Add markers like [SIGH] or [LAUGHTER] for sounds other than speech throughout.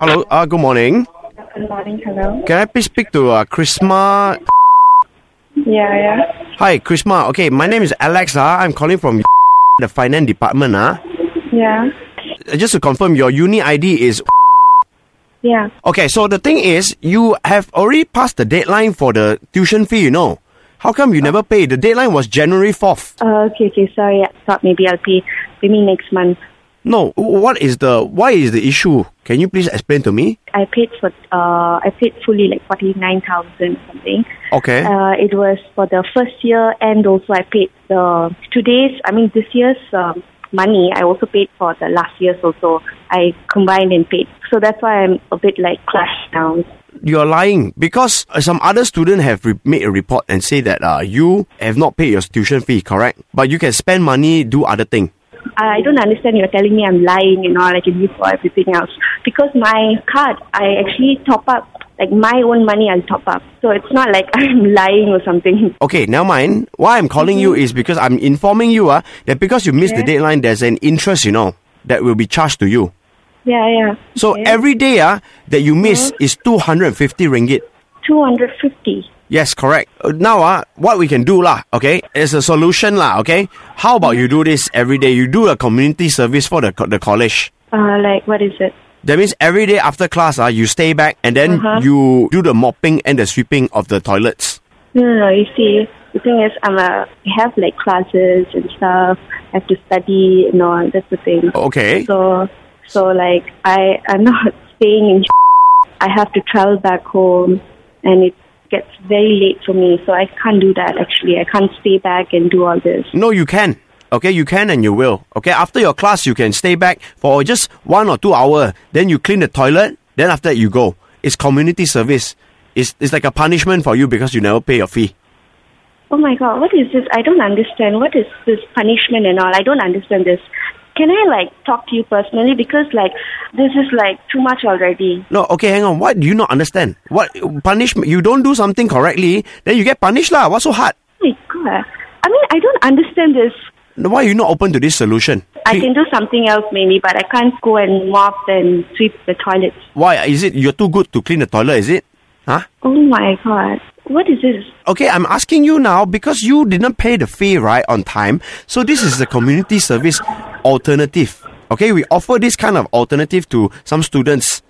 Hello. Uh, good morning. Good morning. Hello. Can I please speak to uh, Chrisma? Yeah, yeah. Hi, Chrisma. Okay, my name is Alex. Uh, I'm calling from [LAUGHS] the finance department. Uh. Yeah. Uh, Just to confirm, your uni ID is. [LAUGHS] Yeah. Okay, so the thing is, you have already passed the deadline for the tuition fee, you know. How come you never pay? The deadline was January 4th. Uh, okay, okay. Sorry. I thought maybe I'll pay maybe next month. No, w- what is the. Why is the issue? Can you please explain to me? I paid for uh, I paid fully like forty nine thousand something. Okay. Uh, it was for the first year, and also I paid the today's. I mean, this year's um, money. I also paid for the last year's also. I combined and paid. So that's why I'm a bit like crushed now. You're lying because uh, some other student have re- made a report and say that uh, you have not paid your tuition fee, correct? But you can spend money, do other thing. I don't understand. You're telling me I'm lying and all I can use for everything else. Because my card, I actually top up, like my own money, I'll top up. So it's not like [LAUGHS] I'm lying or something. [LAUGHS] Okay, never mind. Why I'm calling you Mm-hmm. is because I'm informing you uh, that because you missed the deadline, there's an interest, you know, that will be charged to you. Yeah, yeah. Uh-huh. So every day uh, that you miss is 250 ringgit. 250. Yes, correct. Uh, Now, uh, what we can do, lah, okay, is a solution, lah, okay? How about you Mm-hmm. do this every day? You do a community service for the, co- the college. Uh, like, what is it? That means every day after class, uh, you stay back and then Uh-huh. you do the mopping and the sweeping of the toilets. No, no, no. You see, the thing is, I'm a, I have like classes and stuff. I have to study and all. That's the thing. Okay. So, so like, I, I'm [LAUGHS] not staying in. I have to travel back home, and it gets very late for me. So I can't do that. Actually, I can't stay back and do all this. No, you can. Okay, you can and you will. Okay, after your class, you can stay back for just one or two hour. Then you clean the toilet. Then after that, you go. It's community service. It's, it's like a punishment for you because you never pay your fee. Oh my god, what is this? I don't understand. What is this punishment and all? I don't understand this. Can I like talk to you personally because like this is like too much already. No, okay, hang on. What do you not understand? What punishment? You don't do something correctly, then you get punished lah. What's so hard? Oh my god. I mean, I don't understand this. Why are you not open to this solution? I can do something else maybe, but I can't go and mop and sweep the toilets. Why is it you're too good to clean the toilet? Is it? Huh? Oh my god. What is this? Okay, I'm asking you now because you didn't pay the fee right on time. So this is the community service alternative. Okay, we offer this kind of alternative to some students.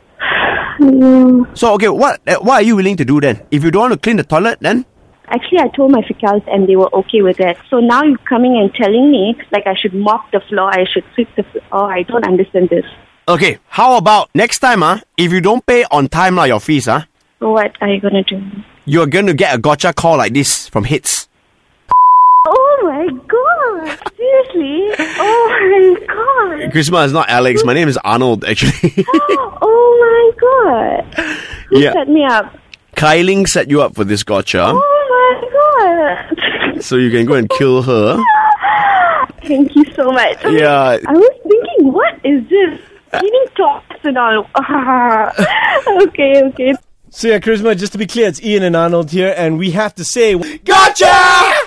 Mm. So okay, what eh, what are you willing to do then? If you don't want to clean the toilet, then Actually, I told my fecals and they were okay with it. So now you're coming and telling me like I should mop the floor, I should sweep the floor. Oh, I don't understand this. okay. How about next time, ah? If you don't pay on time, like your fees, ah, What are you gonna do? you're going to get a gotcha call like this from hits. Oh my god! Seriously? Oh my [LAUGHS] god! Christmas is not Alex. My name is Arnold. Actually, [LAUGHS] Oh my god! Who Yeah. set me up? Kyling set you up for this gotcha, Oh my god! so you can go and kill her. Thank you so much. Yeah. I was thinking, what is this? Cleaning tops and all. [LAUGHS] okay, okay. So yeah, Charisma, just to be clear, it's Ian and Arnold here, and we have to say Gotcha!